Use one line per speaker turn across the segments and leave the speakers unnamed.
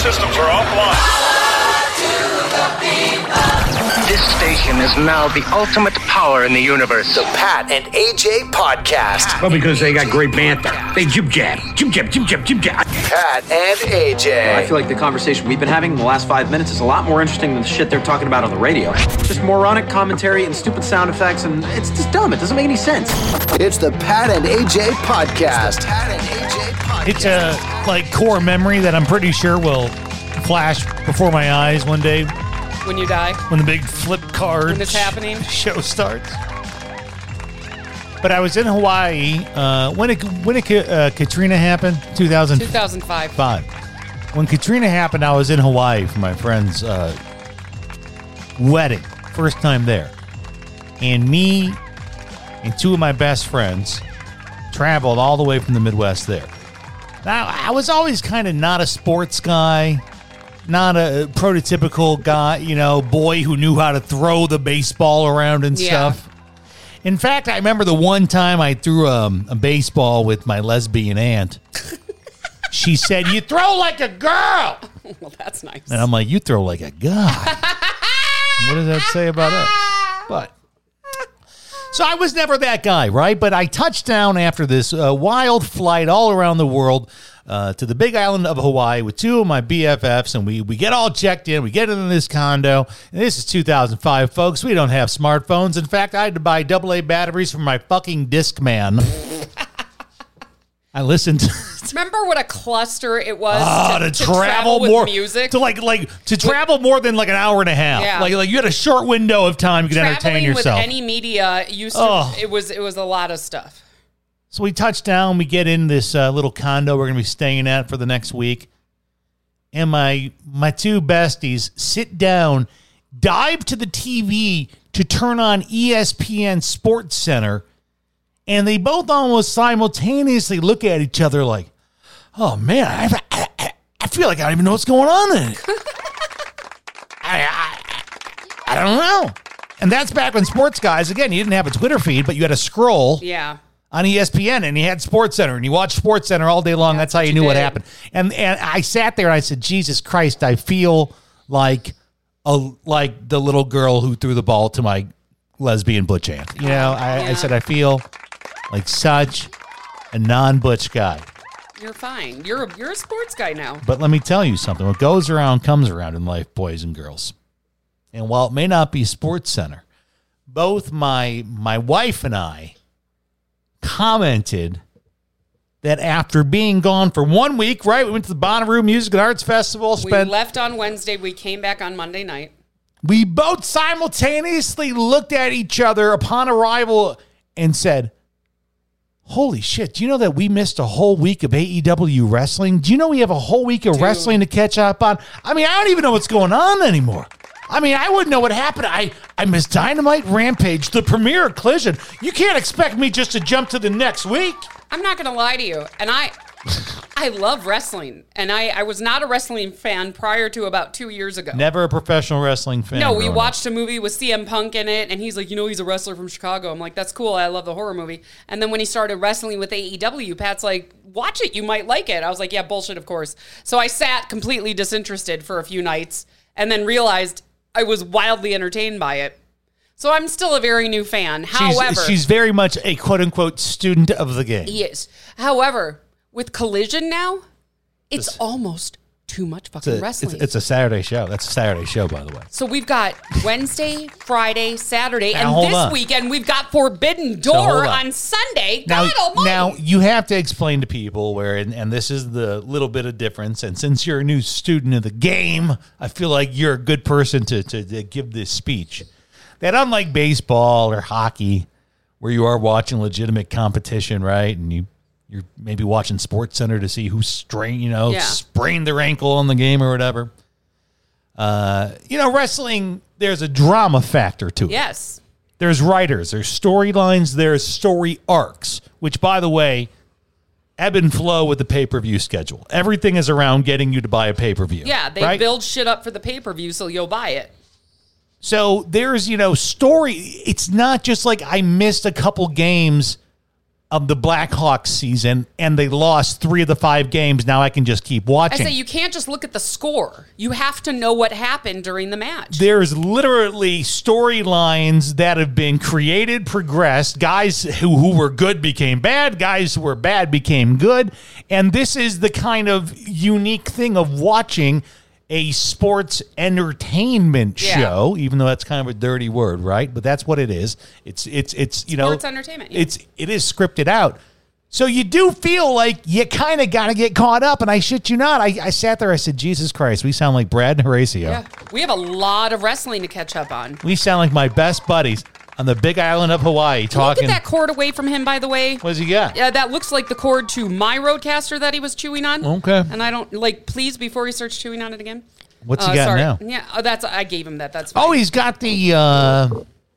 systems are offline.
This station is now the ultimate power in the universe.
The Pat and AJ podcast.
Well, because they got great banter. They jib jab, jib jab, jib jab, jib jab.
Pat and AJ.
I feel like the conversation we've been having in the last five minutes is a lot more interesting than the shit they're talking about on the radio. Just moronic commentary and stupid sound effects, and it's just dumb. It doesn't make any sense.
It's the Pat and AJ podcast. Pat and AJ
podcast. It's a like core memory that I'm pretty sure will flash before my eyes one day.
When you die.
When the big flip card.
When it's happening.
Show starts. But I was in Hawaii uh, when it, when it, uh, Katrina happened, 2000,
2005.
Five. When Katrina happened, I was in Hawaii for my friend's uh, wedding, first time there, and me and two of my best friends traveled all the way from the Midwest there. Now I was always kind of not a sports guy, not a prototypical guy, you know, boy who knew how to throw the baseball around and
Yeah.
stuff. In fact, I remember the one time I threw um, a baseball with my lesbian aunt. she said, "You throw like a girl,"
Well, that's nice.
and I'm like, "You throw like a guy." what does that say about us? But so I was never that guy, right? But I touched down after this uh, wild flight all around the world uh, to the Big Island of Hawaii with two of my BFFs, and we we get all checked in. We get into this condo, and this is 2005, folks. We don't have smartphones. In fact, I had to buy AA batteries for my fucking Discman. I listened. To-
Remember what a cluster it was
Ah, to,
to, to
travel,
with
more
music?
to like like to travel more than like an hour and a half.
Yeah.
Like like you had a short window of time you could entertain
Traveling
yourself.
with any media used to,
Oh.
it was it was a lot of stuff.
so we touch down, we get in this uh, little condo we're gonna be staying at for the next week, and my my two besties sit down, dive to the TV to turn on E ESPN Sports Center, and they both almost simultaneously look at each other like, "Oh man, I, I, I- I feel like I don't even know what's going on." In it. I, I, I don't know. And that's back when sports guys, again, you didn't have a Twitter feed, but you had a scroll
Yeah.
on E ESPN and he had Sports Center and you watched Sports Center all day long. That's, how you, knew what
did.
happened. And and I sat there and I said, Jesus Christ, I feel like a like the little girl who threw the ball to my lesbian butch aunt. You know, I, I
Yeah.
said I feel like such a non butch guy.
You're fine. You're a, you're a sports guy now.
But let me tell you something. What goes around comes around in life, boys and girls. And while it may not be Sports Center, both my my wife and I commented that after being gone for one week, right? We went to the Bonnaroo Music and Arts Festival, spent
we left on Wednesday. We came back on Monday night.
we both simultaneously looked at each other upon arrival and said, Holy shit, do you know that we missed a whole week of AEW wrestling? Do you know we have a whole week of wrestling to catch up on? I mean, I don't even know what's going on anymore. I mean, I wouldn't know what happened. I, I missed Dynamite Rampage, the premiere of Collision. You can't expect me just to jump to the next week.
I'm not gonna lie to you, and I I love wrestling, and I I was not a wrestling fan prior to about two years ago.
Never a professional wrestling fan.
No, we
growing up.
watched a movie with CM Punk in it, and he's like, you know, he's a wrestler from Chicago. I'm like, that's cool. I love the horror movie. And then when he started wrestling with AEW, Pat's like, watch it. You might like it. I was like, yeah, bullshit, of course. So I sat completely disinterested for a few nights and then realized I was wildly entertained by it. So I'm still a very new fan.
She's,
However,
she's very much a quote unquote student of the game.
yes. However, with Collision now, it's almost too much fucking
It's a-
wrestling.
It's, it's a Saturday show. That's a Saturday show, by the way.
So we've got Wednesday, Friday, Saturday,
Now,
and
hold
this
on.
weekend we've got Forbidden
Now, hold
Door
on.
on Sunday.
Now,
God almighty.
now you have to explain to people where, and, and this is the little bit of difference. And since you're a new student of the game, I feel like you're a good person to, to, to give this speech. That unlike baseball or hockey, where you are watching legitimate competition, right, and you you're maybe watching Sports Center to see who strain, you know,
Yeah.
sprained their ankle in the game or whatever. Uh, you know, wrestling. There's a drama factor to it.
yes.
There's writers, there's storylines, there's story arcs, which, by the way, ebb and flow with the pay per view schedule. Everything is around getting you to buy a pay per view.
Yeah, they build shit up for the pay per view so you'll buy it.
So there's, you know, story. It's not just like I missed a couple games of the Blackhawks season and they lost three of the five games. Now I can just keep
I
watching.
say you can't just look at the score. You have to know what happened during the match.
There's literally storylines that have been created, progressed. Guys who, who were good became bad. Guys who were bad became good. And this is the kind of unique thing of watching a sports entertainment
Yeah.
show, even though that's kind of a dirty word, right? But that's what it is. It's it's it's you know
Sports entertainment, yeah.
It's it is scripted out. So you do feel like you kind of got to get caught up, and I shit you not, I, I sat there, I said, Jesus Christ, we sound like Brad and Horatio.
Yeah. We have a lot of wrestling to catch up on.
We sound like my best buddies on the big island of Hawaii
Look
talking.
at that cord away from him, by the way.
What's he got?
Yeah, that looks like the cord to my roadcaster that he was chewing on.
Okay.
And I don't like. Please, before he starts chewing on it again.
What's
Uh,
he got
sorry.
now?
Yeah, oh, that's I gave him that. That's fine.
Oh, he's got the. Uh,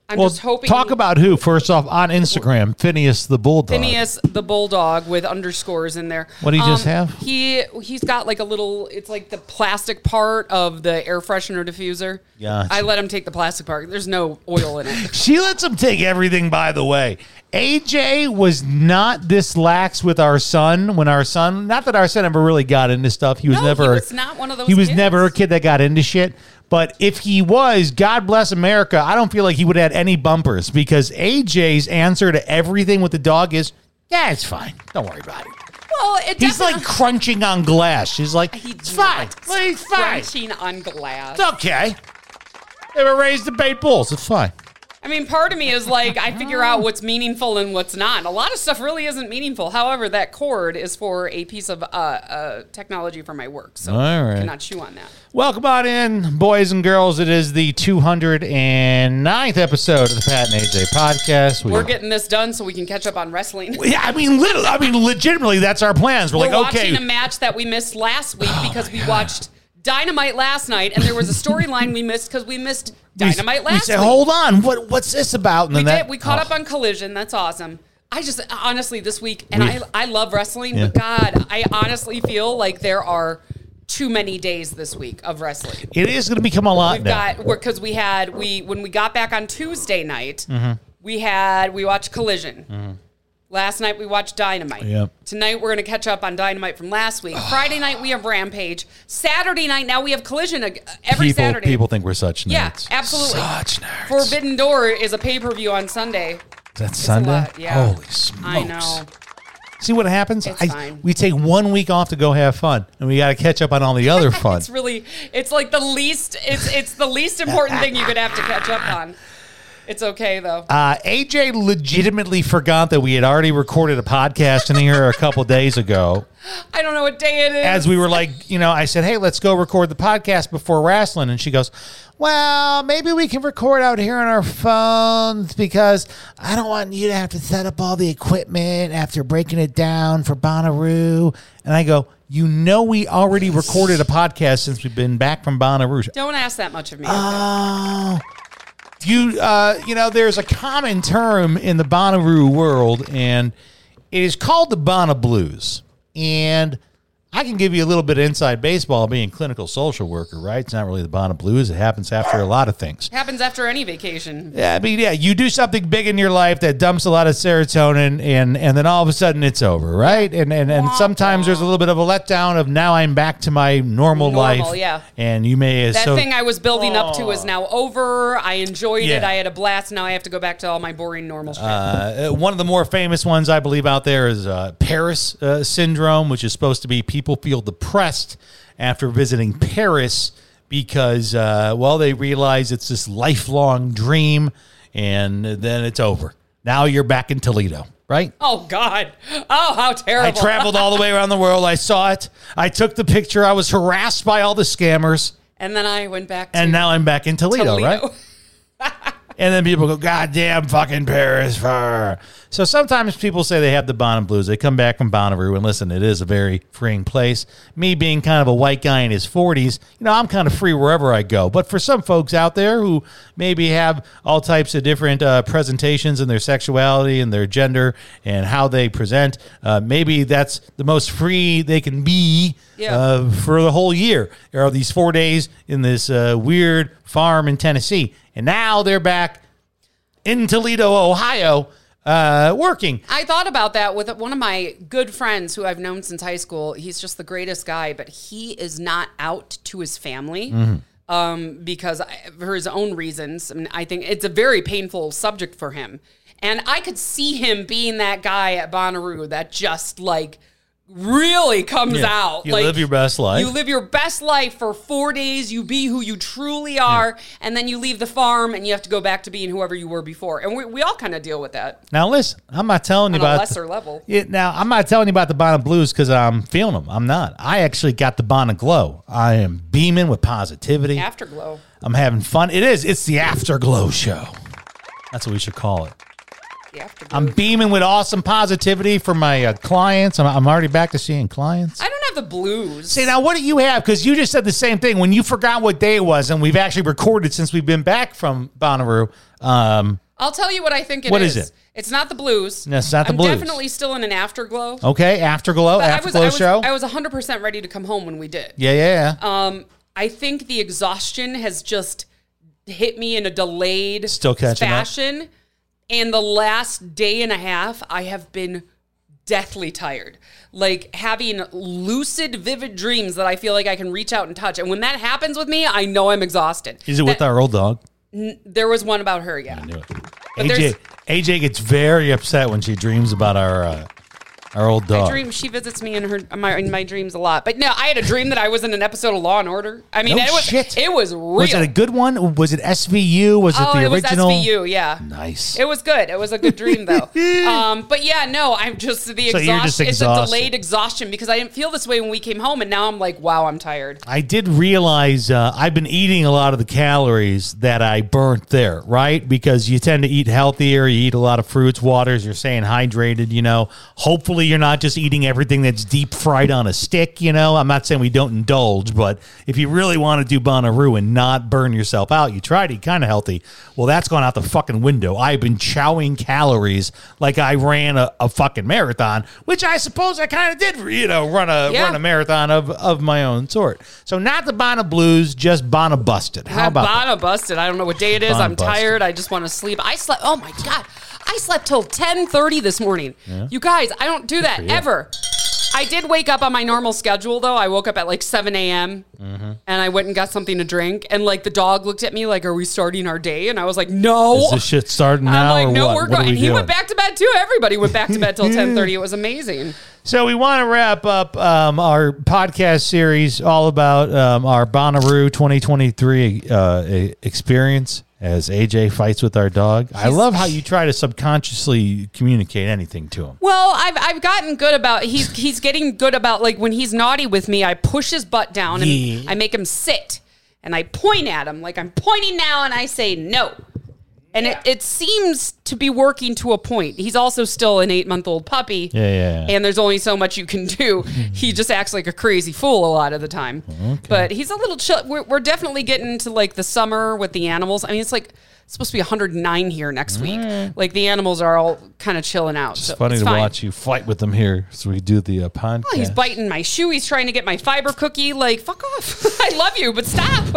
I'm
well,
just hoping-
talk about who first off on Instagram, Phineas the Bulldog.
Phineas the bulldog with underscores in there. Um,
What do you just have?
He he's got like a little. It's like the plastic part of the air freshener diffuser.
Gotcha.
I let him take the plastic part. There's no oil in it.
She lets him take everything. By the way, AJ was not this lax with our son when our son. Not that our son ever really got into stuff. He was
No, he
never.
was not one of those
He was
kids.
never a kid that got into shit. But if he was, God bless America, I don't feel like he would have had any bumpers because AJ's answer to everything with the dog is, "Yeah, it's fine. Don't worry about it."
Well, it
He's
definitely-
like crunching on glass. She's like,
He
"It's fine.
likes
Well, It's fine.
crunching on glass.
It's okay." They were raised to bait bulls. It's fine.
I mean, part of me is like, I figure out what's meaningful and what's not. A lot of stuff really isn't meaningful. However, that cord is for a piece of uh, uh, technology for my work, so
All right.
I cannot chew on that.
Welcome on in, boys and girls. It is the 209th episode of the Pat and AJ podcast. We
We're getting this done so we can catch up on wrestling.
yeah, I mean, literally, I mean, legitimately, that's our plans. We're,
We're
like,
watching
okay, Oh,
a match that we missed last week because we watched Dynamite last night, and there was a storyline we missed because we missed
we-
Dynamite
We
last
said,
week.
hold on, what what's this about? And
we
then that,
did. We caught
oh.
up on Collision. That's awesome. I just honestly this week, and
We-
I I love wrestling, but
Yeah.
God, I honestly feel like there are too many days this week of wrestling.
It is going to become a lot
We've
now.
got because we had we when we got back on Tuesday night,
Mm-hmm.
we had we watched Collision. Last night we watched Dynamite.
Yep.
Tonight we're going to catch up on Dynamite from last week. Friday night we have Rampage. Saturday night now we have Collision ag- every
people,
Saturday.
people think we're such nerds.
yeah, absolutely.
Such nerds.
Forbidden Door is a pay per view on Sunday.
That's
It's a
Sunday.
lot, yeah.
Holy smokes!
I know.
See what happens?
It's
I-
fine.
We take one week off to go have fun, and we got to catch up on all the other fun.
It's really it's like the least it's it's the least important thing you're gonna have to catch up on. It's okay though.
Uh, AJ legitimately forgot that we had already recorded a podcast in here a couple days ago.
I don't know what day it is.
As we were like, you know, I said, "Hey, let's go record the podcast before wrestling," and she goes, "Well, maybe we can record out here on our phones because I don't want you to have to set up all the equipment after breaking it down for Bonnaroo." And I go, "You know, we already recorded a podcast since we've been back from Bonnaroo."
don't ask that much of me.
Oh. You, uh, you know, there's a common term in the Bonnaroo world, and it is called the Bonna Blues. And I can give you a little bit of inside baseball being clinical social worker, right? It's not really the Bonna Blues. It happens after a lot of things.
happens after any vacation.
Yeah, I mean, yeah, you do something big in your life that dumps a lot of serotonin, and and then all of a sudden it's over, right? And and and sometimes there's a little bit of a letdown of now I'm back to my normal,
Normal,
life.
yeah.
and you may
That
so,
thing I was building up to is now over. I enjoyed it.
Yeah.
I had a blast. Now I have to go back to all my boring normal shit.
Uh, one of the more famous ones I believe out there is uh, Paris uh, syndrome, which is supposed to be people feel depressed after visiting Paris because, uh, well, they realize it's this lifelong dream and then it's over. Now you're back in Toledo, right?
oh God. Oh how
I
terrible.
traveled all the way around the world. I saw it. I took the picture. I was harassed by all the scammers.
and then I went back to
And now I'm back in Toledo,
Toledo.
right? And then people go, God damn fucking Paris. fur." So sometimes people say they have the Bonham Blues. They come back from Bonnaroo, and listen, it is a very freeing place. Me being kind of a white guy in his 40s, you know, I'm kind of free wherever I go. But for some folks out there who maybe have all types of different uh, presentations in their sexuality and their gender and how they present, uh, maybe that's the most free they can be
Yeah.
uh, for the whole year. There are these four days in this uh, weird farm in Tennessee, and now they're back in Toledo, Ohio, uh, working.
I thought about that with one of my good friends who I've known since high school. He's just the greatest guy, but he is not out to his family
Mm-hmm.
um, because I, for his own reasons. I, mean, I think it's a very painful subject for him. And I could see him being that guy at Bonnaroo that just like really comes
Yeah.
out.
You
like,
live your best life.
You live your best life for four days. You be who you truly are, and then you leave the farm and you have to go back to being whoever you were before. And we, we all kind of deal with that.
Now listen, I'm not telling you
On a
about
lesser level.
Yeah, now I'm not telling you about the Bonnet Blues because I'm feeling them. I'm not. I actually got the Bonnet Glow. I am beaming with positivity.
Afterglow.
I'm having fun. It is. It's the Afterglow Show. That's what we should call it.
The afterglow.
I'm beaming with awesome positivity for my uh, clients. I'm, I'm already back to seeing clients.
I don't have the blues.
See, now what do you have? Because you just said the same thing when you forgot what day it was, and we've actually recorded since we've been back from Bonnaroo. Um,
I'll tell you what I think it is.
What is it?
It's not the blues.
No, it's not the
I'm
blues.
definitely still in an afterglow.
okay, Afterglow,
But
Afterglow
I was,
Show.
I was, I was 100% ready to come home when we did.
yeah, yeah, yeah.
Um, I think the exhaustion has just hit me in a delayed
Still catching up.
fashion. And the last day and a half, I have been deathly tired. Like having lucid, vivid dreams that I feel like I can reach out and touch. And when that happens with me, I know I'm exhausted.
is it with
that,
our old dog?
There was one about her, yeah. there's-
AJ AJ gets very upset when she dreams about our uh, our old
I
dog.
dream she visits me in her my, in my dreams a lot. But no, I had a dream that I was in an episode of Law and Order. I mean,
No
it was
shit.
it was real.
was it a good one? Was it SVU? Was
oh,
it the
it was
original?
SVU. Yeah,
Nice.
It was good. It was a good dream though. um, but yeah, no, I'm just the
So
exhaustion.
you're just
it's a
exhausted.
delayed exhaustion because I didn't feel this way when we came home, and now I'm like, wow, I'm tired.
I did realize uh, I've been eating a lot of the calories that I burnt there, right? Because you tend to eat healthier, you eat a lot of fruits, waters, you're staying hydrated, you know. Hopefully, you're not just eating everything that's deep fried on a stick, you know. I'm not saying we don't indulge, but if you really want to do Bonnaroo and not burn yourself out, you try to eat kind of healthy. Well, that's gone out the fucking window. I've been chowing calories like I ran a, a fucking marathon, which I suppose I kind of did, you know, run a
Yeah.
run a marathon of of my own sort. So not the Bonna Blues, just Bonna Busted. How
I'm
about that?
Bonna busted. I don't know what day it is.
Bonna
I'm
busted.
tired. I just want to sleep. I slept. Oh my god, I slept till 10:30 this morning. You guys, I don't do that
for you.
ever. I did wake up on my normal schedule though. I woke up at like 7 a.m.
Mm-hmm.
and I went and got something to drink. And like the dog looked at me like, "Are we starting our day?" And I was like, "No."
Is this shit starting
I'm
now
like,
or
no,
what?
we're
What
going.
are we
And he
doing?
went back to bed too. Everybody went back to bed till 10:30. It was amazing.
So we want to wrap up um, our podcast series all about um, our Bonnaroo 2023 uh, e- experience as AJ fights with our dog. I love how you try to subconsciously communicate anything to him.
Well, I've I've gotten good about he's he's getting good about like when he's naughty with me, I push his butt down and
Yeah.
I make him sit and I point at him like I'm pointing now and I say no. And it, it seems to be working to a point. He's also still an eight month old puppy.
Yeah, yeah, yeah.
And there's only so much you can do. he just acts like a crazy fool a lot of the time. But he's a little chill. We're, we're definitely getting into like the summer with the animals. I mean, it's like it's supposed to be 109 here next week. Like the animals are all kind of chilling out.
It's
so
funny
it's
to
fine.
watch you fight with him here. So we do the uh, podcast.
Oh, he's biting my shoe. He's trying to get my fiber cookie. Like, fuck off. I love you, but stop.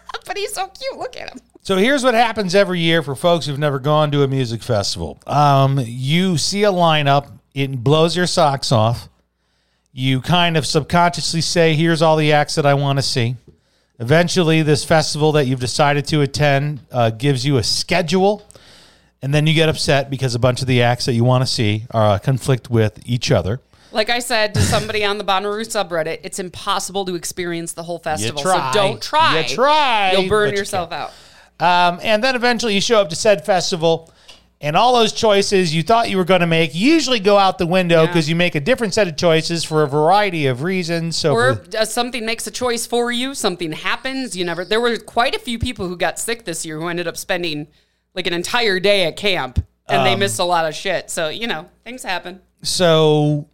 but he's so cute. Look at him.
So here's what happens every year for folks who've never gone to a music festival. Um, you see a lineup, it blows your socks off. You kind of subconsciously say, "Here's all the acts that I want to see." Eventually, this festival that you've decided to attend uh, gives you a schedule, and then you get upset because a bunch of the acts that you want to see are uh, conflict with each other.
Like I said to somebody on the Bonnaroo subreddit, it's impossible to experience the whole festival.
try.
So don't try.
You try,
You'll
but
burn
you
yourself out.
Um, and then eventually you show up to said festival, and all those choices you thought you were going to make usually go out the window
Yeah.
because you make a different set of choices for a variety of reasons. So,
Or
for-
uh, something makes a choice for you. Something happens. You never. There were quite a few people who got sick this year who ended up spending like an entire day at camp, and
Um,
they missed a lot of shit. So you know, things happen.
so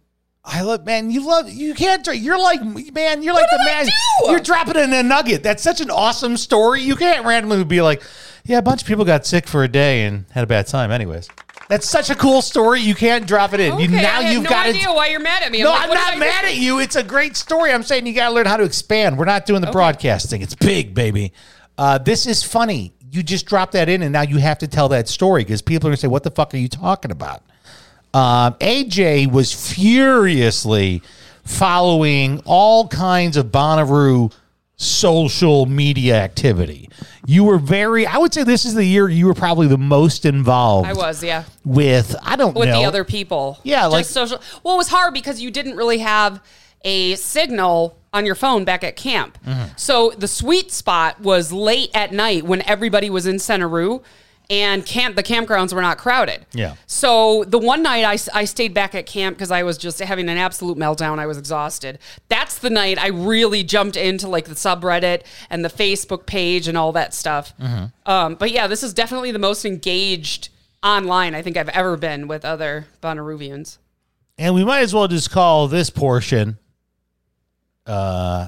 I love, man, you love, you can't drink. You're like, man, you're like
What
the
did I
man.
do?
You're dropping in a nugget. That's such an awesome story. You can't randomly be like, yeah, a bunch of people got sick for a day and had a bad time, anyways. That's such a cool story. You can't drop it in. you,
Okay,
now
I have
you've
no
got
idea
to
why you're mad at me.
No,
like,
I'm
what did
not
I
mad
do?
at you. It's a great story. I'm saying you got to learn how to expand. We're not doing the broadcasting. It's big, baby. Uh, this is funny. you just drop that in and now you have to tell that story because people are going to say, what the fuck are you talking about? Um, AJ was furiously following all kinds of Bonnaroo social media activity. You were very, I would say this is the year you were probably the most involved
I was, yeah.
with, I don't
with
know.
the other people.
Yeah,
Just
like-
social. Well, it was hard because you didn't really have a signal on your phone back at camp. So the sweet spot was late at night when everybody was in Centeroo and camp the campgrounds were not crowded.
Yeah.
So the one night I, s- I stayed back at camp because I was just having an absolute meltdown. I was exhausted. That's the night I really jumped into like the subreddit and the Facebook page and all that stuff. Um, but yeah, this is definitely the most engaged online I think I've ever been with other Bonaruvians.
And we might as well just call this portion. Uh,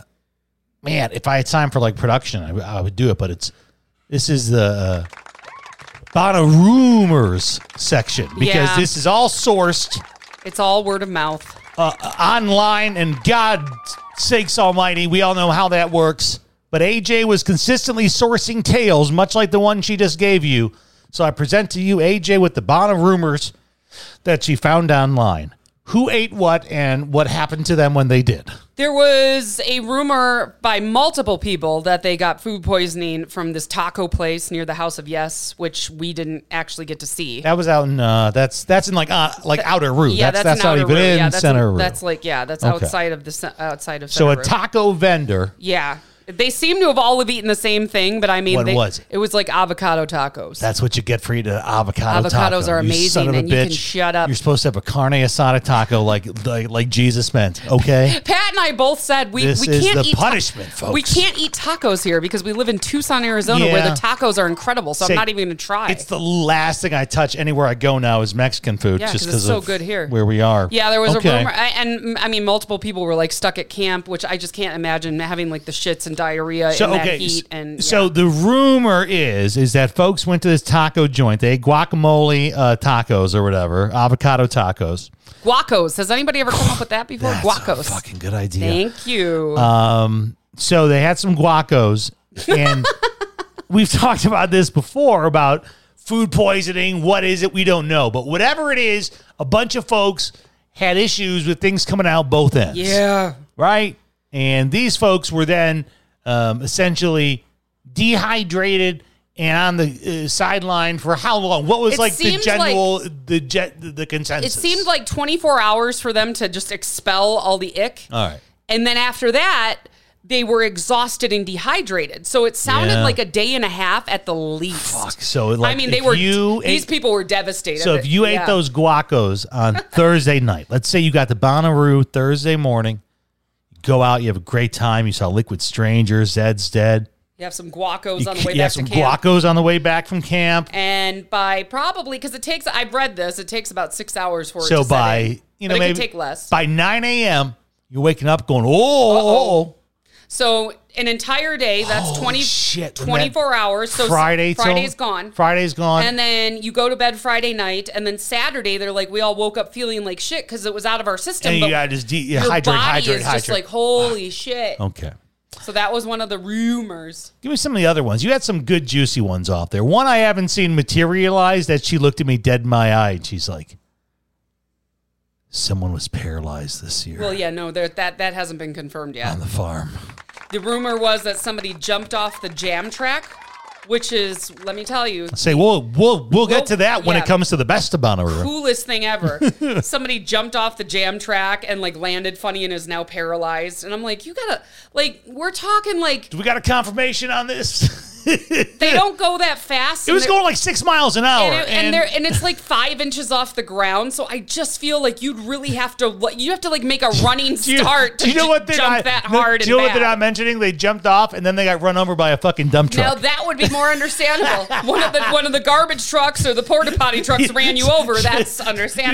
man, if I had time for like production, I, w- I would do it. But it's this is the uh, Bonna rumors section because
Yeah.
this is all sourced
It's all word of mouth.
uh, online, and God sakes Almighty, we all know how that works. But AJ was consistently sourcing tales, much like the one she just gave you. So I present to you AJ with the Bonna rumors that she found online. Who ate what and what happened to them when they did?
There was a rumor by multiple people that they got food poisoning from this taco place near the House of Yes, which we didn't actually get to see.
That was out in uh, that's that's in like uh, like outer rue.
Yeah,
that's that's,
that's, an
not
outer
even
room.
in
yeah, that's
center rue.
That's like yeah, that's
Okay.
outside of the ce- outside of
so a
center room.
taco vendor.
Yeah, they seem to have all have eaten the same thing, but I mean,
What
they,
was it?
was like avocado tacos.
That's what you get for eating an avocado taco.
Avocados are
you son
amazing,
of a
and you can
bitch.
shut up.
You're supposed to have a carne asada taco like like, like Jesus meant. Okay,
Pat and I both said we,
This
we
is
can't
the
eat ta-
punishment, folks.
We can't eat tacos here because we live in Tucson, Arizona, where
Yeah.
the tacos are incredible. So
Say-
I'm not even going to try.
it's the last thing I touch anywhere I go now is Mexican food.
Yeah,
just
'cause it's so
of
good here.
where we are.
yeah, there was
Okay.
a rumor, I, and mm, I mean, multiple people were like stuck at camp, which I just can't imagine having like the shits and diarrhea in that heat. And
so
yeah.
the rumor is is that folks went to this taco joint. They ate guacamole uh, tacos or whatever, avocado tacos.
guacos. Has anybody ever come up with that before?
That's
guacos.
a fucking Uh, good idea.
Thank you.
Um, So they had some guacos, and we've talked about this before about food poisoning. What is it? We don't know, but whatever it is, a bunch of folks had issues with things coming out both ends.
yeah.
right? And these folks were then um, essentially dehydrated and on the uh, sideline for how long? What was
It
like the
seemed like-
general the jet the
It
consensus?
seemed like 24 hours for them to just expel all the ick.
all right.
And then after that, they were exhausted and dehydrated. So it sounded
Yeah.
like a day and a half at the least.
So like,
I mean, they
if
were
you
these
ate-
people were devastated.
So if you
Yeah.
ate those guacos on Thursday night, let's say you got the Bonnaroo Thursday morning, go out, you have a great time, you saw Liquid Stranger, Zed's dead,
you have some guacos
you,
on
c-
the way
you
back
have
to
some
camp.
guacos on the way back from camp.
and by probably because it takes I've read this, it takes about six hours for it
So
to set in.
by you know
But it
maybe
can take less.
by nine a.m. You're waking up going oh, oh, oh.
so an entire day, that's 20,
shit, and
24
that
hours. So s-
Friday till-
Friday's gone.
Friday's gone.
And then you go to bed Friday night, and then Saturday they're like, we all woke up feeling like shit because it was out of our system.
And you
but
gotta just de- yeah,
your
hydrate,
body
hydrate,
is
hydrate. Oh.
just like, holy shit.
okay.
So that was one of the rumors.
Give me some of the other ones. You had some good juicy ones off there. One I haven't seen materialize that she looked at me dead in my eye and she's like, "Someone was paralyzed this year
Well, yeah, no, there, that that hasn't been confirmed yet.
on the farm."
The rumor was that somebody jumped off the jam track, which is, let me tell you,
Say, "We'll we'll we'll get
Well,
to that when
yeah.
it comes to the best of Bonnaroo."
coolest thing ever. Somebody jumped off the jam track and like landed funny and is now paralyzed. And I'm like, you gotta like, we're talking like
Do we got a confirmation on this? it
they don't go that fast. and
was
they're-
going like six miles an hour,
and, it- and they're and it's like five inches off the ground. So I just feel like you'd really have to like, you have to like make a running
Do you-
start to
do you know what they're
jump
not,
that
no,
hard.
Do you know
and
what they're
bad.
not mentioning? They jumped off and then they got run over by a fucking dump
Now
truck.
that would be more understandable. one of the one of the garbage trucks or the porta potty trucks ran you over. That's understandable.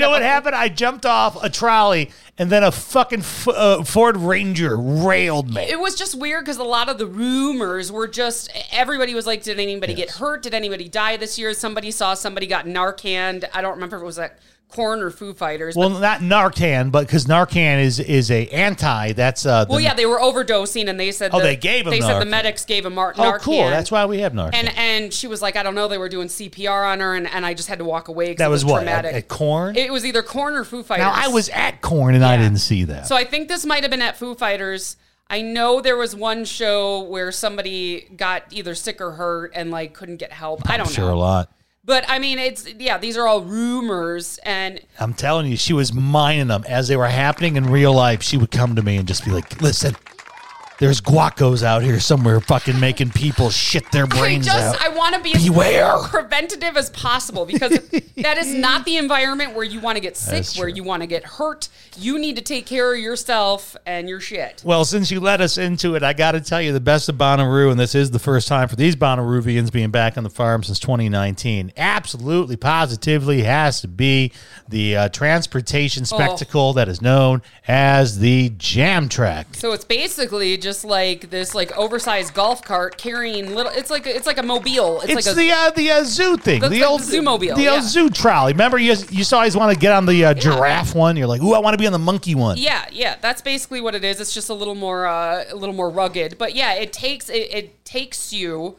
you know what happened? I jumped off a trolley and then a fucking f- uh, Ford Ranger railed me.
It was just weird because a lot of the rumors were just everybody was like, "Did anybody get hurt? Did anybody die this year? Somebody saw somebody got Narcan. I don't remember if it was that corn or Foo Fighters.
Well, not Narcan, but because Narcan is is a anti. That's uh. The,
Well, yeah, they were overdosing, and they said
Oh,
the-
they gave 'em
they said the
Narcan.
medics gave him Mar-
Oh,
Narcan.
cool. That's why we have Narcan.
And and she was like, I don't know, they were doing CPR on her, and, and I just had to walk away. 'cause
that
it
was, what at,
traumatic.
at Corn.
it was either corn or Foo Fighters.
Now I was at Corn and I didn't see that.
So I think this might have been at Foo Fighters. I know there was one show where somebody got either sick or hurt and like couldn't get help. I don't
sure a
know.
lot.
But I mean, it's yeah, these are all rumors and
I'm telling you, she was mining them as they were happening in real life. She would come to me and just be like, "Listen, there's guacos out here somewhere, fucking making people shit their
I
brains
just
out."
I want to be as
Beware.
preventative as possible because that is not the environment where you want to get sick,
That's
where
true.
you want to get hurt. You need to take care of yourself and your shit.
Well, since you led us into it, I got to tell you the best of Bonnaroo, and this is the first time for these Bonnaruvians being back on the farm since 2019. Absolutely, positively has to be the uh, transportation
Oh.
spectacle that is known as the Jam Track.
So it's basically just like this like oversized golf cart carrying little it's like it's like a mobile. It's,
It's,
like a
the uh, the uh, zoo thing, the,
That's like
old
the Zoomobile,
the old
yeah.
zoo trolley. Remember, you you saw always want to get on the uh, giraffe one. You're like, ooh, I want to be on the monkey one.
Yeah, yeah, that's basically what it is. It's just a little more uh, a little more rugged, but yeah, it takes it, it takes you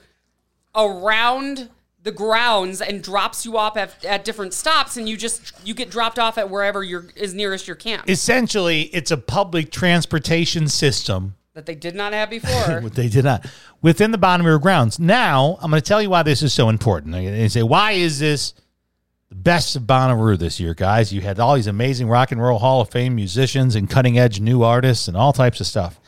around the grounds and drops you off at, at different stops, and you just you get dropped off at wherever your is nearest your camp
Essentially, it's a public transportation system
that they did not have before.
But they did not. Within the Bonnaroo grounds. Now, I'm going to tell you why this is so important. And you say, why is this the best of Bonnaroo this year, guys? You had all these amazing rock and roll Hall of Fame musicians and cutting edge new artists and all types of stuff.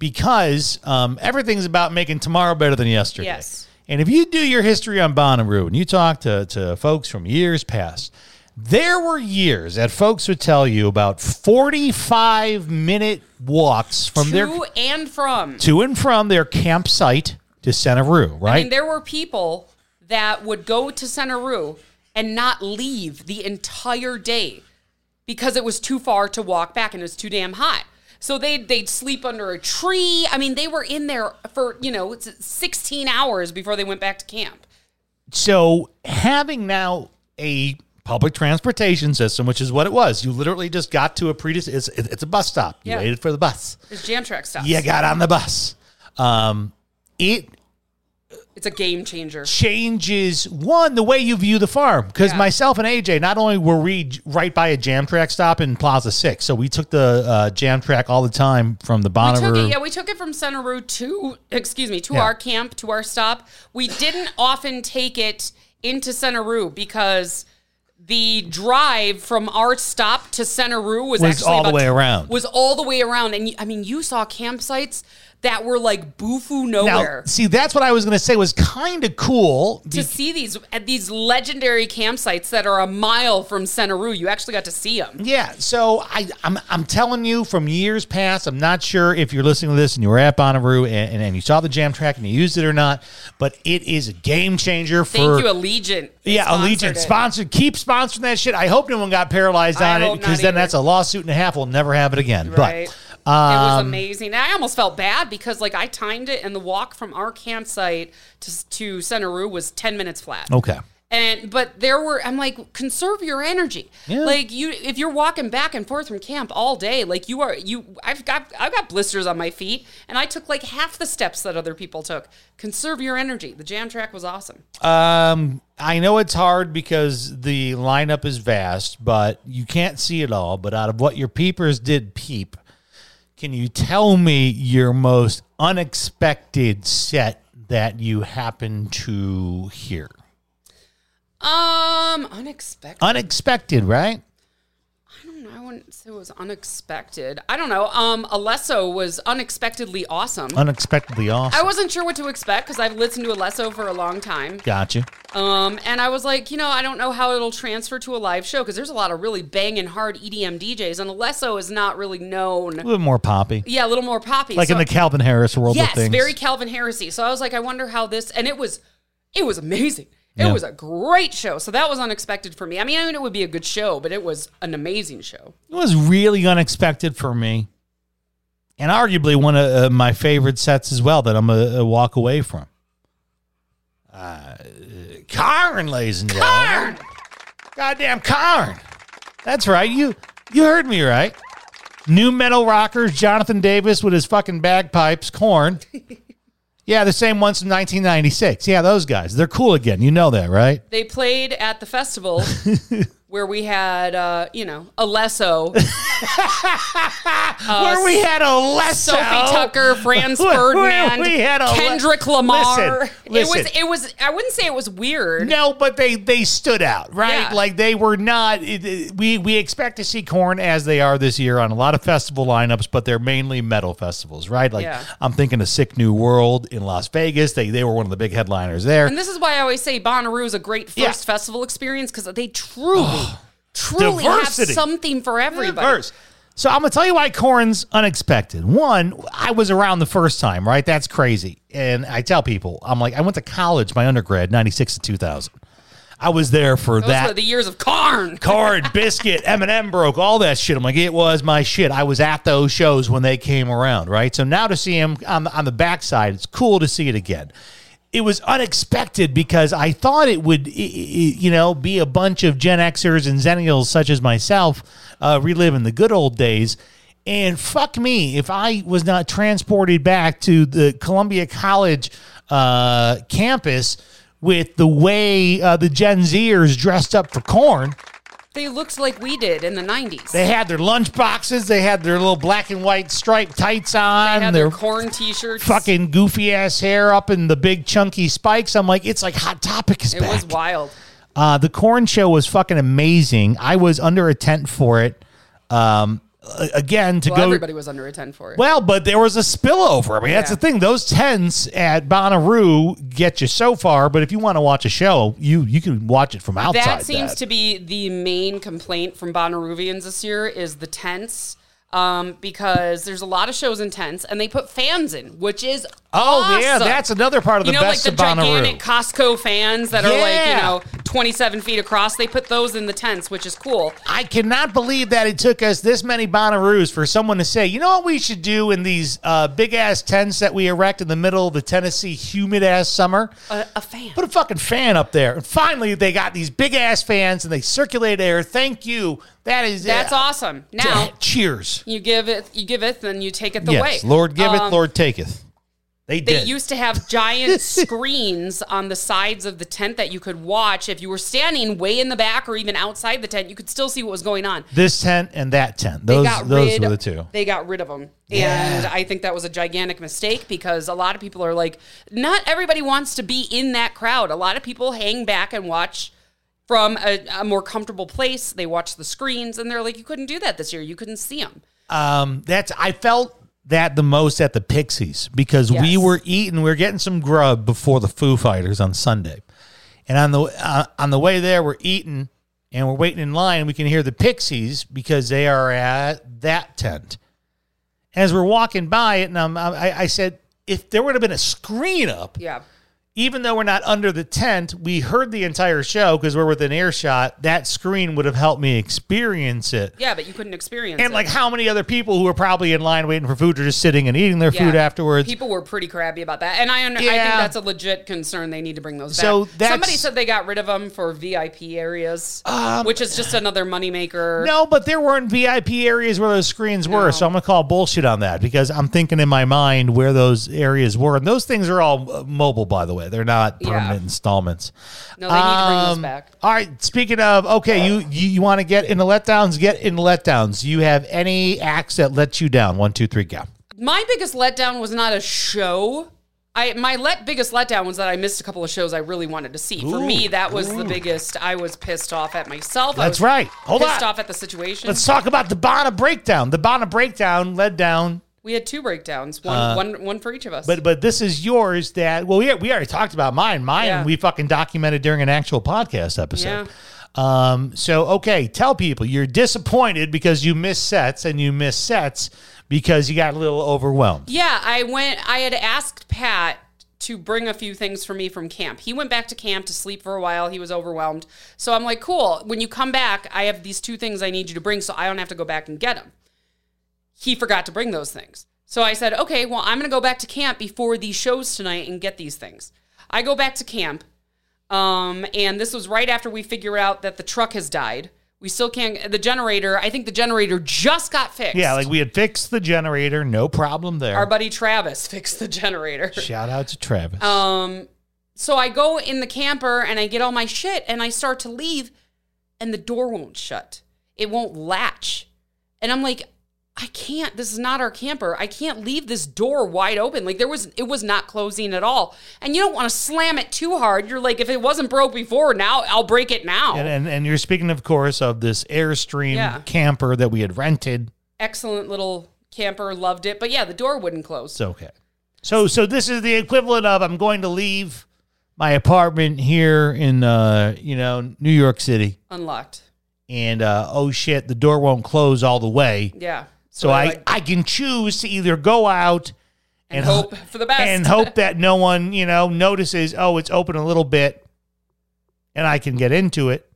Because um, everything's about making tomorrow better than yesterday.
Yes.
And if you do your history on Bonnaroo and you talk to, to folks from years past, there were years that folks would tell you about 45 minute walks from their
to and from.
to and from their campsite to Centeroo, right?
I mean, there were people that would go to Centeroo and not leave the entire day because it was too far to walk back and it was too damn hot. So they'd, they'd sleep under a tree. I mean, they were in there for, you know, it's 16 hours before they went back to camp.
so having now a public transportation system, which is what it was, you literally just got to a predis. It's, it's a bus stop. You
Yeah.
waited for the bus.
It's jam track stuff.
You got on the bus. Um, it
It's a game changer.
changes one the way you view the farm because
Yeah.
myself and AJ not only were we j- right by a jam track stop in Plaza Six, so we took the uh, jam track all the time from the
We took
Bonnaroo.
it, yeah, we took it from Centeroo to, excuse me, to
Yeah.
our camp, to our stop. We didn't often take it into Centeroo because the drive from our stop to Centeroo was,
Was
actually
all the
about-
way around.
Was all the way around, and you- I mean, you saw campsites that were like boofoo nowhere.
Now, see, that's what I was going to say was kind of cool
to see these at these legendary campsites that are a mile from Centeroo, you actually got to see them.
Yeah, so I, I'm I'm telling you from years past. I'm not sure if you're listening to this and you were at Bonnaroo and, and, and you saw the jam track and you used it or not, but it is a game changer for
Thank you, Allegiant. They
yeah,
sponsored
Allegiant
it.
sponsored. Keep sponsoring that shit. I hope no one got paralyzed
I
on it
hope not
because then
either.
that's a lawsuit and a half. We'll never have it again.
Right.
But uh,
it was amazing. And I almost felt bad because like I timed it and the walk from our campsite to to Centeroo was 10 minutes flat.
okay,
And but there were I'm like conserve your energy.
Yeah.
Like you if you're walking back and forth from camp all day, like you are you I've got I've got blisters on my feet and I took like half the steps that other people took. Conserve your energy. The jam track was awesome.
um, I know it's hard because the lineup is vast, but you can't see it all. But out of what your peepers did peep, Can you tell me your most unexpected set that you happen to hear?
Um unexpected.
Unexpected, right?
I wouldn't say it was unexpected. I don't know. Um Alesso was unexpectedly awesome.
Unexpectedly
I
awesome.
wasn't sure what to expect because I've listened to Alesso for a long time.
Gotcha.
Um, and I was like, you know, I don't know how it'll transfer to a live show because there's a lot of really banging hard E EDM DJs, and Alesso is not really
A
known.
little more poppy.
Yeah, a little more poppy.
Like in
So-
the Calvin Harris world
yes,
of things.
very Calvin Harrisy. So I was like, I wonder how this, and it was, it was amazing. It
Yeah.
was a great show. So that was unexpected for me. I mean, I mean, it would be a good show, but it was an amazing show.
It was really unexpected for me, and arguably one of uh, my favorite sets as well that I'm going to walk away from. Uh, Karn, ladies and gentlemen. Goddamn Karn. That's right. You you heard me right. New metal rockers, Jonathan Davis with his fucking bagpipes, corn. Yeah, the same ones from 1996. Yeah, those guys. They're cool again. You know that, right?
They played at the festival where we had, uh, you know, Alesso,
Where we had a lesson.
Uh, Sophie Tucker, Franz
Where- where
Ferdinand,
we had Ale-
Kendrick Lamar.
Listen, listen.
It was, it was. I wouldn't say it was weird.
No, but they they stood out, right?
Yeah.
Like they were not. it- it- we we expect to see Corn as they are this year on a lot of festival lineups, but they're mainly metal festivals, right? Like
Yeah.
I'm thinking of Sick New World in Las Vegas. They they were one of the big headliners there.
And this is why I always say Bonnaroo is a great first
Yeah. Oh,
festival experience because they truly, truly
Diversity.
have something for everybody.
Diverse. So I'm gonna tell you why Corn's unexpected. One, I was around the first time, right? That's crazy. And I tell people, I'm like, I went to college, my undergrad, '96 to 2000. I was there for
Those
that.
were the years of Carn.
Card, Biscuit, Eminem broke, all that shit. I'm like, it was my shit. I was at those shows when they came around, right? So now to see him on the, on the backside, it's cool to see it again. It was unexpected because I thought it would, i- i- i- you know, be a bunch of Gen Xers and Zennials such as myself uh, reliving the good old days. And fuck me if I was not transported back to the Columbia College uh, campus with the way uh, the Gen Zers dressed up for corn.
They looked like we did in the 90s.
They had their lunch boxes. They had their little black and white striped tights on.
had
their
their corn t-shirts.
fucking goofy ass hair up in the big chunky spikes. I'm like, it's like Hot Topic is
It
back.
was wild.
Uh, the corn show was fucking amazing. I was under a tent for it. Um, a- again, to
Well,
go.
everybody was under a 10 for it.
Well, but there was a spillover. I mean, that's
Yeah.
the thing. Those tents at Bonnaroo get you so far, but if you want to watch a show, you you can watch it from outside.
that seems
that.
to be the main complaint from Bonnaruvians this year is the tents. Um, because there's a lot of shows in tents and they put fans in, which is
Oh yeah,
awesome.
that's another part of the
you know,
best
like
of
the gigantic
Bonnaroo.
Costco fans that are
Yeah.
like you know 27 feet across. They put those in the tents, which is cool.
I cannot believe that it took us this many Bonnaroos for someone to say, you know what we should do in these uh, big ass tents that we erect in the middle of the Tennessee humid ass summer?
A, a fan.
Put a fucking fan up there. And finally, they got these big ass fans and they circulate air. Thank you. That is
That's
uh,
awesome. Now
Cheers.
you give it, you give it, then you take it the way.
Yes, Lord giveth,
Um,
Lord taketh. They
They
did.
used to have giant screens on the sides of the tent that you could watch. If you were standing way in the back or even outside the tent, you could still see what was going on.
this tent and that tent.
They
Those
got
those
rid,
were the two.
They got rid of them. And I think that was a gigantic mistake because a lot of people are like, not everybody wants to be in that crowd. A lot of people hang back and watch from a, a more comfortable place. They watch the screens and they're like, you couldn't do that this year. You couldn't see them.
Um, that's I felt that the most at the Pixies because we
Yes.
were eating, we were getting some grub before the Foo Fighters on Sunday, and on the uh, on the way there, we're eating and we're waiting in line. and We can hear the Pixies because they are at that tent. As we're walking by it, and I'm, I, I said, if there would have been a screen up,
Yeah.
even though we're not under the tent, we heard the entire show because we're within earshot. That screen would have helped me experience it.
Yeah, but you couldn't experience
And
it.
like how many other people who were probably in line waiting for food are just sitting and eating their
Yeah.
food afterwards.
People were pretty crabby about that, and I under, I think
Yeah.
that's a legit concern. They need to bring those back.
So that's-
somebody said they got rid of them for VIP areas, which is just another moneymaker.
Um, no, but there weren't VIP areas where those screens were, so I'm gonna call bullshit on that because I'm thinking in my mind where those areas were, and those things are all uh, mobile, by the way. They're not
Yeah.
permanent installments.
no, they need to bring those
Um,
back.
All right. Speaking of, okay, you you, you want to get into letdowns? Get into letdowns. Do you have any acts that let you down? One, two, three, go.
My biggest letdown was not a show. I my let biggest letdown was that I missed a couple of shows I really wanted to see. For me, that was the biggest. I was pissed off at myself. I
That's
was
right. Hold
pissed
on.
off at the situation.
Let's talk about the Bonna breakdown. The Bonna breakdown led down
we had two breakdowns, one one- one for each of us.
Uh, But but this is yours that well we we already talked about mine. Mine
Yeah.
we fucking documented during an actual podcast episode. Um so okay, tell people you're disappointed because you miss sets and you miss sets because you got a little overwhelmed.
Yeah, I went. I had asked Pat to bring a few things for me from camp. He went back to camp to sleep for a while. He was overwhelmed. So I'm like, cool. When you come back, I have these two things I need you to bring so I don't have to go back and get them. He forgot to bring those things. So I said, okay, well, I'm going to go back to camp before these shows tonight and get these things. I go back to camp. Um, and this was right after we figure out that the truck has died. We still can't. The generator. I think the generator just got fixed.
Yeah, like we had fixed the generator, no problem there.
our buddy Travis fixed the generator.
Shout out to Travis.
Oh. Um, So I go in the camper and I get all my shit and I start to leave and the door won't shut. It won't latch. And I'm like, I can't. This is not our camper. I can't leave this door wide open. Like there was it was not closing at all. And you don't want to slam it too hard. You're like if it wasn't broke before, now I'll break it now.
and, and and you're speaking, of course, of this Airstream
Yeah.
camper that we had rented.
Excellent little camper, loved it. But yeah, the door wouldn't close.
It's okay. So so this is the equivalent of I'm going to leave my apartment here in uh you know New York City,
Unlocked.
and uh, oh shit, the door won't close all the way.
Yeah.
So I
like,
I can choose to either go out
and hope for the best.
and hope that no one you know notices. Oh, it's open a little bit, and I can get into it.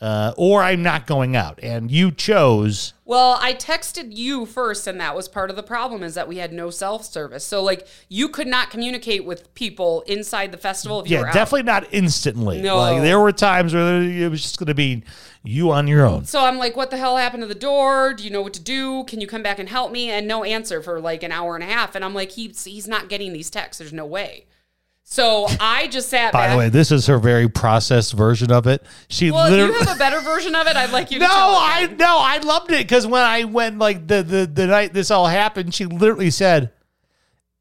Uh, or I'm not going out, and you chose
Well, I texted you first, and that was part of the problem is that we had no self service. So, like, you could not communicate with people inside the festival if you were
Yeah,
out.
definitely not instantly.
No.
Like there were times where it was just going to be you on your own.
So I'm like, what the hell happened to the door? Do you know what to do? Can you come back and help me? And no answer for like an hour and a half. And I'm like, he's he's not getting these texts. There's no way. So I just sat
By
back.
the way, this is her very processed version of it. She
well, if
literally.
you have a better version of it, I'd like you to
no,
tell me.
I no, I loved it because when I went like the, the the night this all happened, she literally said,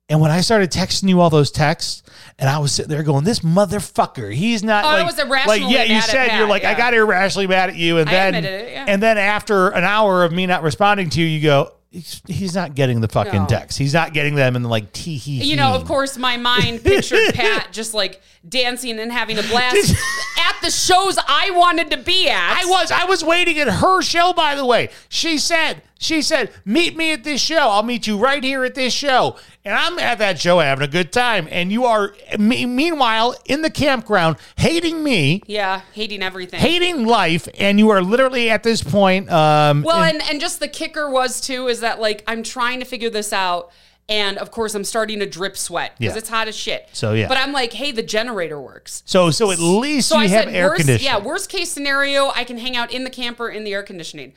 and when I started texting you all those texts, and I was sitting there going, "This motherfucker, he's not."
Oh, I
like,
was
like
irrationally
yeah, you
mad at
said you're
Pat,
like I
yeah.
got irrationally mad at you, and
I
then
admitted it, yeah.
and then after an hour of me not responding to you, you go, "He's, he's not getting the fucking
No.
texts. He's not getting them." And like tee hee.
You know, of course, my mind pictured Pat just like dancing and having a blast at the shows I wanted to be at.
I was I was waiting at her show. By the way, she said she said meet me at this show. I'll meet you right here at this show, and I'm at that show having a good time. And you are me, meanwhile in the campground hating me,
Yeah, hating everything.
hating life, and you are literally at this point. Um,
well, and and just the kicker was too is that like I'm trying to figure this out, and of course I'm starting to drip sweat because
Yeah.
it's hot as shit.
So, yeah.
but I'm like, hey, the generator works.
so so at least
So
you
I
have
said,
air
worst,
conditioning.
yeah, worst case scenario, I can hang out in the camper in the air conditioning.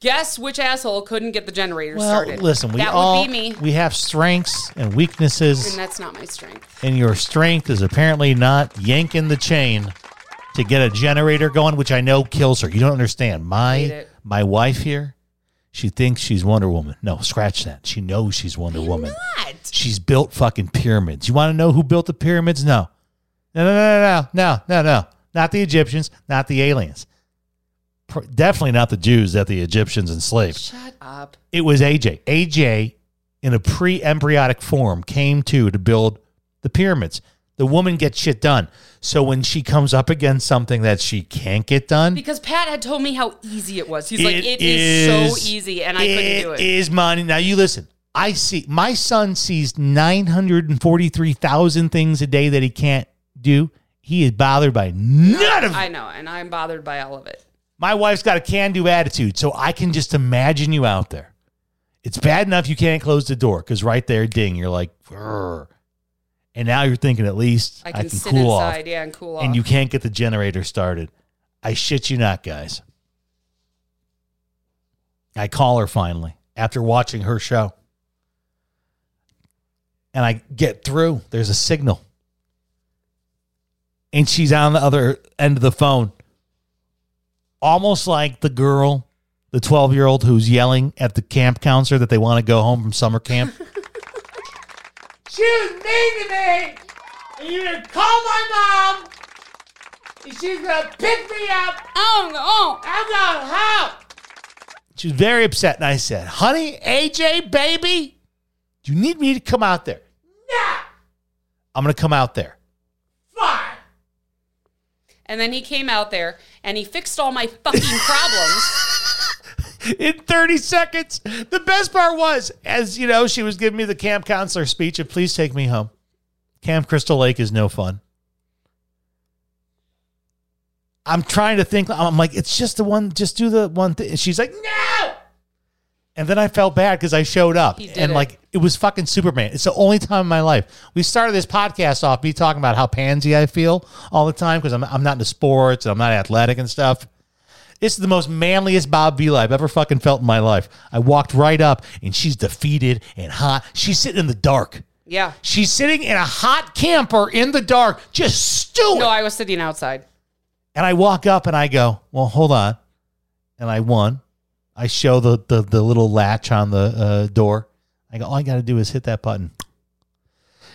Guess which asshole couldn't get the generator
well,
started?
listen, we
that
all
would be me,
we have strengths and weaknesses.
and that's not my strength.
and your strength is apparently not yanking the chain to get a generator going, which I know kills her. You don't understand.
Hate
My
it.
my wife here, she thinks she's Wonder Woman. No, scratch that. She knows she's Wonder Woman.
What?
She's built fucking pyramids. You want to know who built the pyramids? No. No, no, no, no, no, no, no, no. Not the Egyptians, not the aliens. Pr- Definitely not the Jews that the Egyptians enslaved.
Shut up.
It was AJ. AJ, in a pre embryonic form, came to to build the pyramids. The woman gets shit done. So when she comes up against something that she can't get done,
Because Pat had told me how easy it was. He's like, it is, so easy, and I couldn't do it.
It is money. Now you listen. I see. My son sees nine hundred and forty-three thousand things a day that he can't do. He is bothered by none of. it.
I know, and I'm bothered by all of it.
my wife's got a can-do attitude, so I can just imagine you out there. It's bad enough you can't close the door because right there, ding, you're like, "Grr." and now you're thinking at least
I can, sit
cool off,
inside, yeah, and cool off.
and you can't get the generator started. I shit you not, guys. I call her finally after watching her show, and I get through. There's a signal, and she's on the other end of the phone, almost like the girl, the 12 year old who's yelling at the camp counselor that they want to go home from summer camp. she was mean to me. And you didn't call my mom. And she's gonna pick me up.
oh no!
I'm going home. She was very upset, and I said, "Honey, AJ, baby, do you need me to come out there?" No. I'm gonna come out there. Fine.
And then he came out there and he fixed all my fucking problems.
in 30 seconds. The best part was, as you know, she was giving me the camp counselor speech of please take me home. Camp Crystal Lake is no fun. I'm trying to think. I'm like, it's just the one, just do the one thing. And she's like, no. And then I felt bad because I showed up
He did
and
it.
like it was fucking Superman. It's the only time in my life. We started this podcast off me talking about how pansy I feel all the time because I'm, I'm not into sports and I'm not athletic and stuff. This is the most manliest Bob Vila I've ever fucking felt in my life. I walked right up and she's defeated and hot. She's sitting in the dark.
Yeah.
She's sitting in a hot camper in the dark, just stewing.
No, I was sitting outside.
And I walk up and I go, well, hold on. And I won. I show the the, the little latch on the uh, door. I go, all I got to do is hit that button.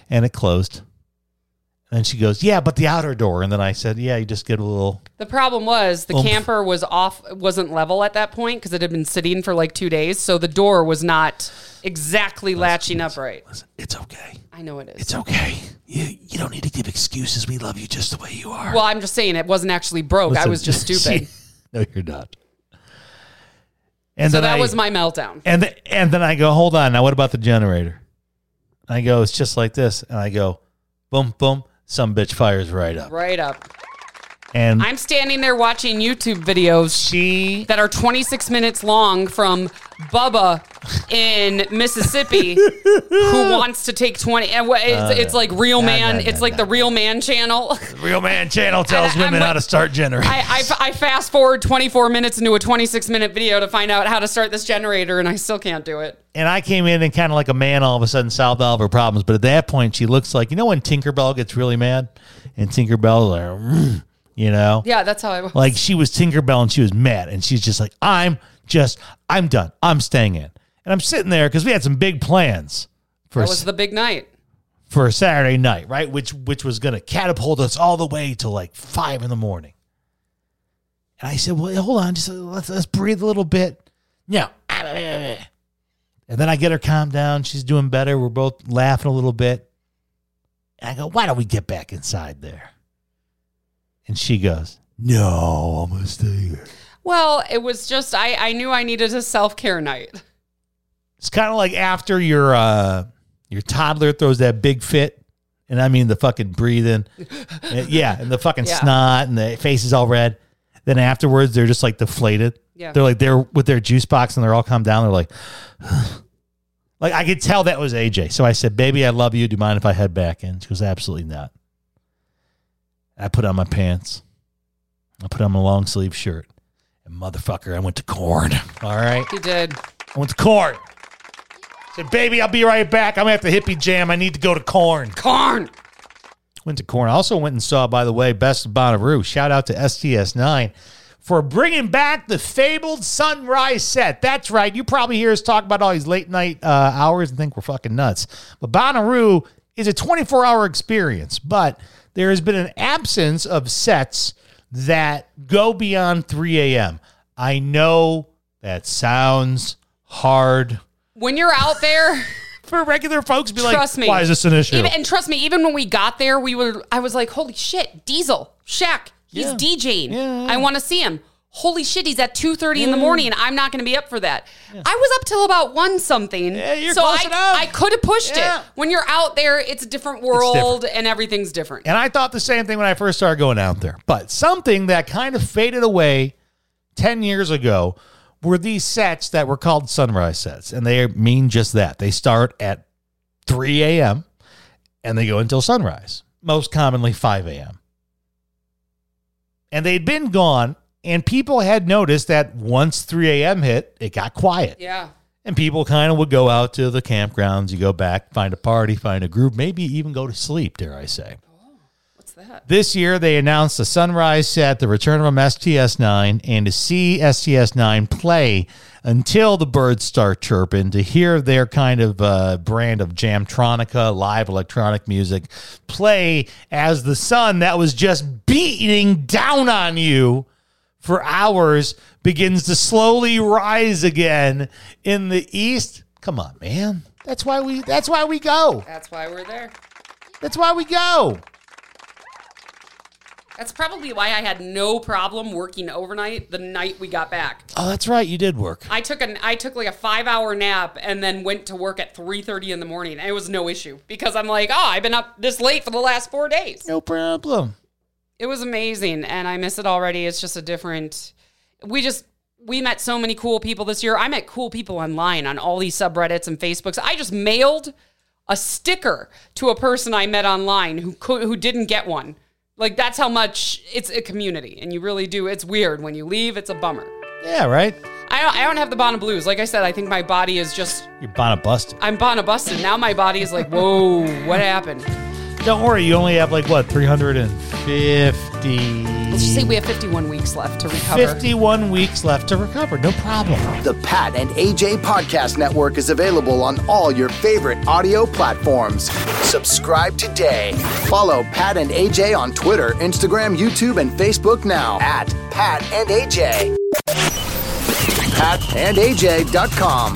And it closed. And she goes, yeah, but the outer door. And then I said, yeah, you just get a little.
The problem was the
Oomph.
camper was off, wasn't level at that point because it had been sitting for like two days, so the door was not exactly latching upright.
Listen, it's okay.
I know it is.
It's okay. You you don't need to give excuses. We love you just the way you are.
well, I'm just saying it wasn't actually broke. I
Listen,
was just
she-
stupid.
no, you're not. And
so
then
that
I-
was my meltdown.
And th- and then I go, hold on. Now what about the generator? I go, it's just like this. And I go, boom, boom. Some bitch fires right up.
Right up.
And
I'm standing there watching YouTube videos
she
that are 26 minutes long from Bubba in Mississippi who wants to take 20 and wha- it's, it's like real
Uh, nah,
man
nah,
it's
nah,
like
nah.
the real man channel
the real man channel tells
I'm
women
like-
how to start generators.
I, I f- I fast forward 24 minutes into a 26 minute video to find out how to start this generator, and I still can't do it.
and I came in and kind of like a man all of a sudden solved all of her problems. But at that point, she looks like you know when Tinkerbell gets really mad, and Tinkerbell's like, "Mm," you know,
Yeah, that's how I was.
like she was Tinkerbell and she was mad, and she's just like, I'm just, I'm done, I'm staying in, and I'm sitting there because we had some big plans for
that was the big night.
for Saturday night, right? Which which was going to catapult us all the way to like five in the morning. And I said, "Well, hold on, just uh, let's let's breathe a little bit." Yeah. And then I get her calmed down. She's doing better. We're both laughing a little bit. And I go, "Why don't we get back inside there?" And she goes, "No, I'm gonna stay here."
Well, it was just I, I knew I needed a self care night.
It's kind of like after your uh, your toddler throws that big fit, and I mean the fucking breathing, Uh, yeah, and the fucking
Yeah.
snot and the face is all red. Then afterwards, they're just like deflated.
Yeah.
They're like they're with their juice box and they're all calmed down. They're like, like I could tell that was AJ. So I said, "Baby, I love you. Do you mind if I head back?" And she goes, "Absolutely not." I put on my pants. I put on my long sleeve shirt. And motherfucker, I went to corn. All right.
He did.
I went to corn. Said, baby, I'll be right back. I'm at the hippie jam. I need to go to corn.
Corn.
Went to corn. I also went and saw, by the way, Best of Bonnaroo. Shout out to STS9 for bringing back the fabled sunrise set. That's right. You probably hear us talk about all these late night uh, hours and think we're fucking nuts. But Bonnaroo is a 24 hour experience, but there has been an absence of sets that go beyond 3 a.m. I know that sounds hard
When you're out there,
for regular folks be
Trust
like,
me.
why is this an issue?
even, and trust me, even when we got there, we were I was like, holy shit, Diesel, Shaq, he's
Yeah.
DJing.
Yeah.
I want to see him. Holy shit, he's at two thirty in the morning. I'm not going to be up for that. I was up till about one something.
Yeah, you're
so
close
I,
enough.
I could have pushed
Yeah.
it. When you're out there, it's a different world, and everything's different.
and I thought the same thing when I first started going out there. But something that kind of faded away 10 years ago were these sets that were called sunrise sets. And they mean just that. They start at 3 a.m. and they go until sunrise, most commonly 5 a.m. And they'd been gone, and people had noticed that once 3 a.m. hit, it got quiet.
Yeah.
And people kind of would go out to the campgrounds. You go back, find a party, find a group, maybe even go to sleep, dare I say.
What's that?
This year, they announced the Sunrise set, the return from STS9, and to see STS9 play until the birds start chirping, to hear their kind of uh, brand of Jamtronica, live electronic music, play as the sun that was just beating down on you for hours begins to slowly rise again in the east. Come on, man. That's why we that's why we go.
That's why we're there.
That's why we go.
That's probably why I had no problem working overnight the night we got back.
Oh, that's right. You did work.
I took an I took like a five hour nap and then went to work at three thirty in the morning. And it was no issue because I'm like, oh, I've been up this late for the last four days.
No problem.
It was amazing, and I miss it already. It's just a different. We just we met so many cool people this year. I met cool people online on all these subreddits and Facebooks. I just mailed a sticker to a person I met online who could, who didn't get one. Like that's how much it's a community, and you really do. It's weird when you leave. It's a bummer.
Yeah, right?
I don't, I don't have the Bonna blues. Like I said, I think my body is just
You're bonnet busted.
I'm Bonna busted. Now my body is like, whoa, what happened?
Don't worry, you only have like what, 350.
Let's just say we have 51 weeks left to recover.
51 weeks left to recover. No problem.
The Pat and AJ Podcast Network is available on all your favorite audio platforms. Subscribe today. Follow Pat and AJ on Twitter, Instagram, YouTube, and Facebook now at Pat and AJ. PatandAJ.com.